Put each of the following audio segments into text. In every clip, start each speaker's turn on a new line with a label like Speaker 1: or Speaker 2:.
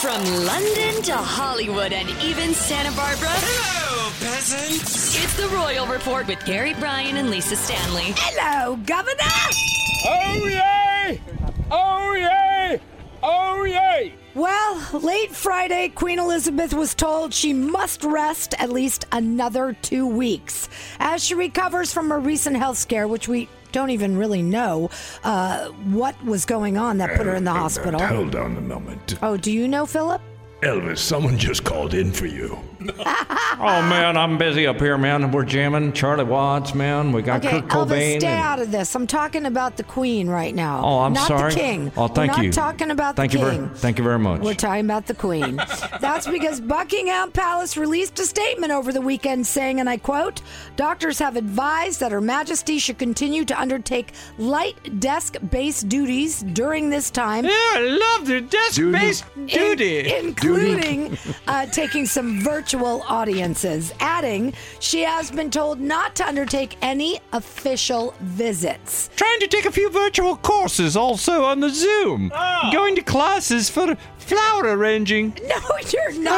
Speaker 1: From London to Hollywood and even Santa Barbara.
Speaker 2: Hello, peasants.
Speaker 1: It's the Royal Report with Gary Bryan and Lisa Stanley.
Speaker 3: Hello, Governor!
Speaker 4: Oh yay! Oh yay! Oh yay!
Speaker 3: Well, late Friday, Queen Elizabeth was told she must rest at least another two weeks as she recovers from her recent health scare, which we don't even really know uh, what was going on that put her in the hospital.
Speaker 5: Hold on a moment.
Speaker 3: Oh, do you know, Philip?
Speaker 5: Elvis, someone just called in for you.
Speaker 6: Oh man, I'm busy up here, man. We're jamming Charlie Watts, man. We got
Speaker 3: Okay,
Speaker 6: Kurt
Speaker 3: Elvis,
Speaker 6: Cobain.
Speaker 3: stay
Speaker 6: and-
Speaker 3: out of this. I'm talking about the Queen right now.
Speaker 6: oh, I'm
Speaker 3: not
Speaker 6: sorry.
Speaker 3: the King.
Speaker 6: Oh, thank
Speaker 3: We're not
Speaker 6: you.
Speaker 3: talking about
Speaker 6: thank
Speaker 3: the
Speaker 6: you
Speaker 3: King.
Speaker 6: Very, thank you very much.
Speaker 3: We're talking about the Queen. That's because Buckingham Palace released a statement over the weekend saying, and I quote, Doctors have advised that Her Majesty should continue to undertake light desk based duties during this
Speaker 6: Eh,
Speaker 3: time.
Speaker 7: I love the desk based
Speaker 3: in-
Speaker 7: duty.
Speaker 3: including uh, taking some virtual audiences. Adding, she has been told not to undertake any official visits.
Speaker 7: Trying to take a few virtual courses also on the Zoom.
Speaker 3: Ah.
Speaker 7: Going to classes for flower arranging.
Speaker 3: No, you're not.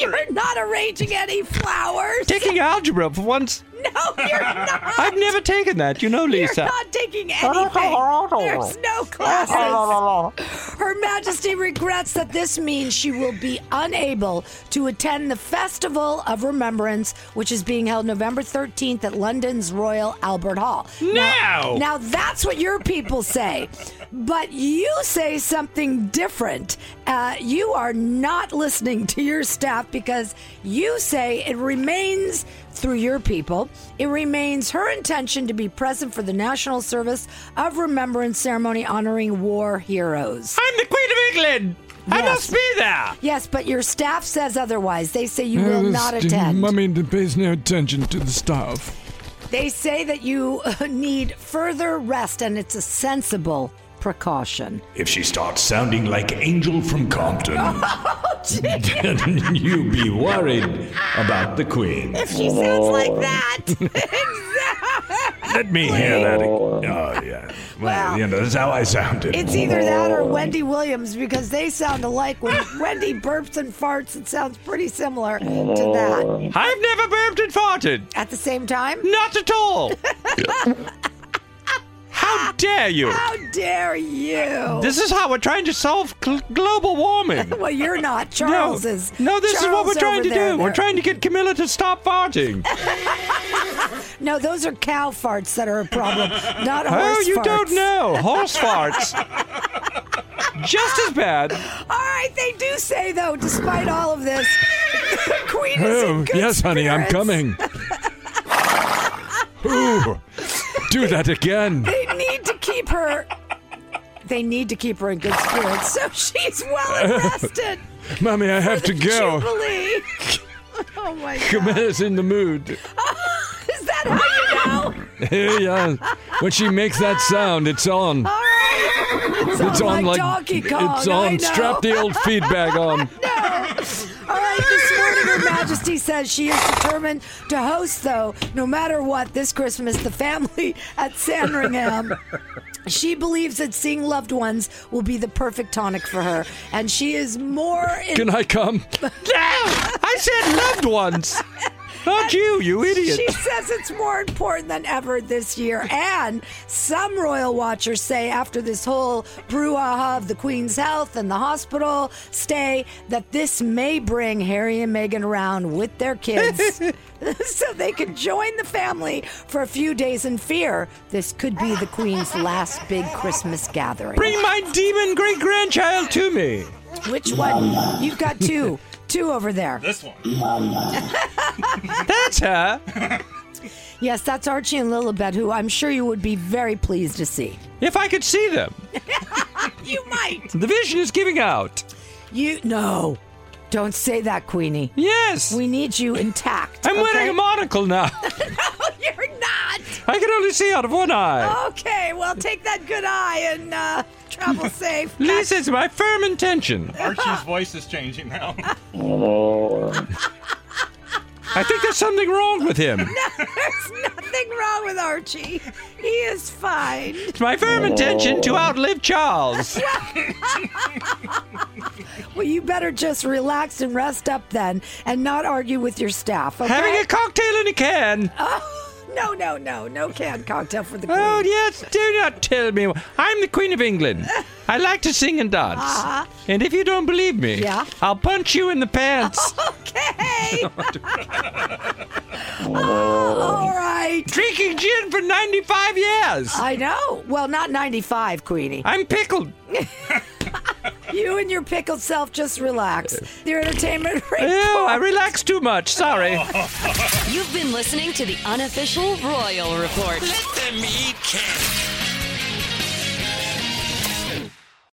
Speaker 3: You're not arranging any flowers.
Speaker 7: Taking algebra for once.
Speaker 3: no, you're not.
Speaker 7: I've never taken that, you know, Lisa.
Speaker 3: You're not taking anything. There's no classes. Her Majesty regrets that this means she will be unable to attend the Festival of Remembrance, which is being held November 13th at London's Royal Albert Hall. Now, now that's what your people say, but you say something different. Uh, you are not listening to your staff because you say it remains through your people. It remains her intention to be present for the National Service of Remembrance ceremony honoring war heroes.
Speaker 7: I'm the Queen of England. I
Speaker 3: Yes.
Speaker 7: must be there.
Speaker 3: Yes, but your staff says otherwise. They say you will not attend.
Speaker 5: Mummy pays no attention to the staff.
Speaker 3: They say that you uh, need further rest and it's a sensible precaution.
Speaker 5: If she starts sounding like Angel from Compton, then you be worried about the Queen.
Speaker 3: If she sounds like that. exactly.
Speaker 5: Let me hear that. Again. Oh yeah. Well,
Speaker 3: Well,
Speaker 5: you know that's how I sounded.
Speaker 3: It's either that or Wendy Williams because they sound alike. When Wendy burps and farts, it sounds pretty similar to that.
Speaker 7: I've never burped and farted.
Speaker 3: At the same time,
Speaker 7: Not at all. How dare you?
Speaker 3: how dare you?
Speaker 7: This is how we're trying to solve gl- global warming.
Speaker 3: well, you're not. Charles
Speaker 7: no,
Speaker 3: is.
Speaker 7: no, this is what
Speaker 3: Charles
Speaker 7: we're trying
Speaker 3: over
Speaker 7: to do.
Speaker 3: there-
Speaker 7: We're trying to get Camilla to stop farting.
Speaker 3: No, those are cow farts that are a problem, not
Speaker 7: oh,
Speaker 3: horse
Speaker 7: you
Speaker 3: farts.
Speaker 7: don't know. Horse farts. Just as bad.
Speaker 3: All right, they do say though, despite all of this, the Queen is in
Speaker 5: Oh,
Speaker 3: good
Speaker 5: yes, honey, I'm
Speaker 3: spirits.
Speaker 5: coming. Ooh, do that again.
Speaker 3: They need to keep her. They need to keep her in good spirits, so she's well invested.
Speaker 5: Mummy, I have to go.
Speaker 3: Jubilee. oh my God!
Speaker 5: Camilla's in the mood.
Speaker 3: Is that how you know?
Speaker 5: yeah. When she makes that sound, it's on.
Speaker 3: All right, it's,
Speaker 5: It's
Speaker 3: on,
Speaker 5: on like
Speaker 3: Oh, Donkey Kong.
Speaker 5: It's
Speaker 3: I
Speaker 5: on.
Speaker 3: know.
Speaker 5: Strap the old feedback on.
Speaker 3: All right, this morning Her Majesty says she is determined to host, though, no matter what, this Christmas, the family at Sandringham. She believes that seeing loved ones will be the perfect tonic for her, and she is more. In-
Speaker 5: Can I come?
Speaker 7: No, I said loved ones. Not you, you idiot.
Speaker 3: She says it's more important than ever this year. And some royal watchers say after this whole brouhaha of the Queen's health and the hospital stay, that this may bring Harry and Meghan around with their kids so they can join the family for a few days in fear. This could be the Queen's last big Christmas gathering.
Speaker 7: Bring my demon great grandchild to me.
Speaker 3: Which one? You've got two. Two over there.
Speaker 2: This one.
Speaker 7: That's her.
Speaker 3: Yes, that's Archie and Lilibet, who I'm sure you would be very pleased to see.
Speaker 7: If I could see them.
Speaker 3: You might.
Speaker 7: The vision is giving out.
Speaker 3: You no, don't say that, Queenie.
Speaker 7: Yes.
Speaker 3: We need you intact.
Speaker 7: I'm wearing a monocle now.
Speaker 3: You're not.
Speaker 7: I can only see out of one
Speaker 3: Oh,
Speaker 7: eye.
Speaker 3: Okay, well, take that good eye and uh, travel safe.
Speaker 7: At least it's my firm intention.
Speaker 8: Archie's voice is changing now.
Speaker 7: I think there's something wrong with him.
Speaker 3: There's nothing wrong with Archie. He is fine.
Speaker 7: It's my firm intention to outlive Charles.
Speaker 3: Well, you better just relax and rest up then, and not argue with your staff. Okay?
Speaker 7: Having a cocktail in a can.
Speaker 3: no, no, no, no canned cocktail for the queen.
Speaker 7: Oh, yes, do not tell me. I'm the Queen of England. I like to sing and dance. And if you don't believe me,
Speaker 3: Yeah. Oh.
Speaker 7: I'll punch you in the pants.
Speaker 3: Okay. oh, all right.
Speaker 7: Drinking gin for 95 years.
Speaker 3: I know. Well, not 95, Queenie.
Speaker 7: I'm pickled.
Speaker 3: You and your pickled self just relax. Your entertainment report.
Speaker 7: Oh, I relax too much. Sorry.
Speaker 1: You've been listening to the unofficial Royal Report.
Speaker 2: Let them eat cake.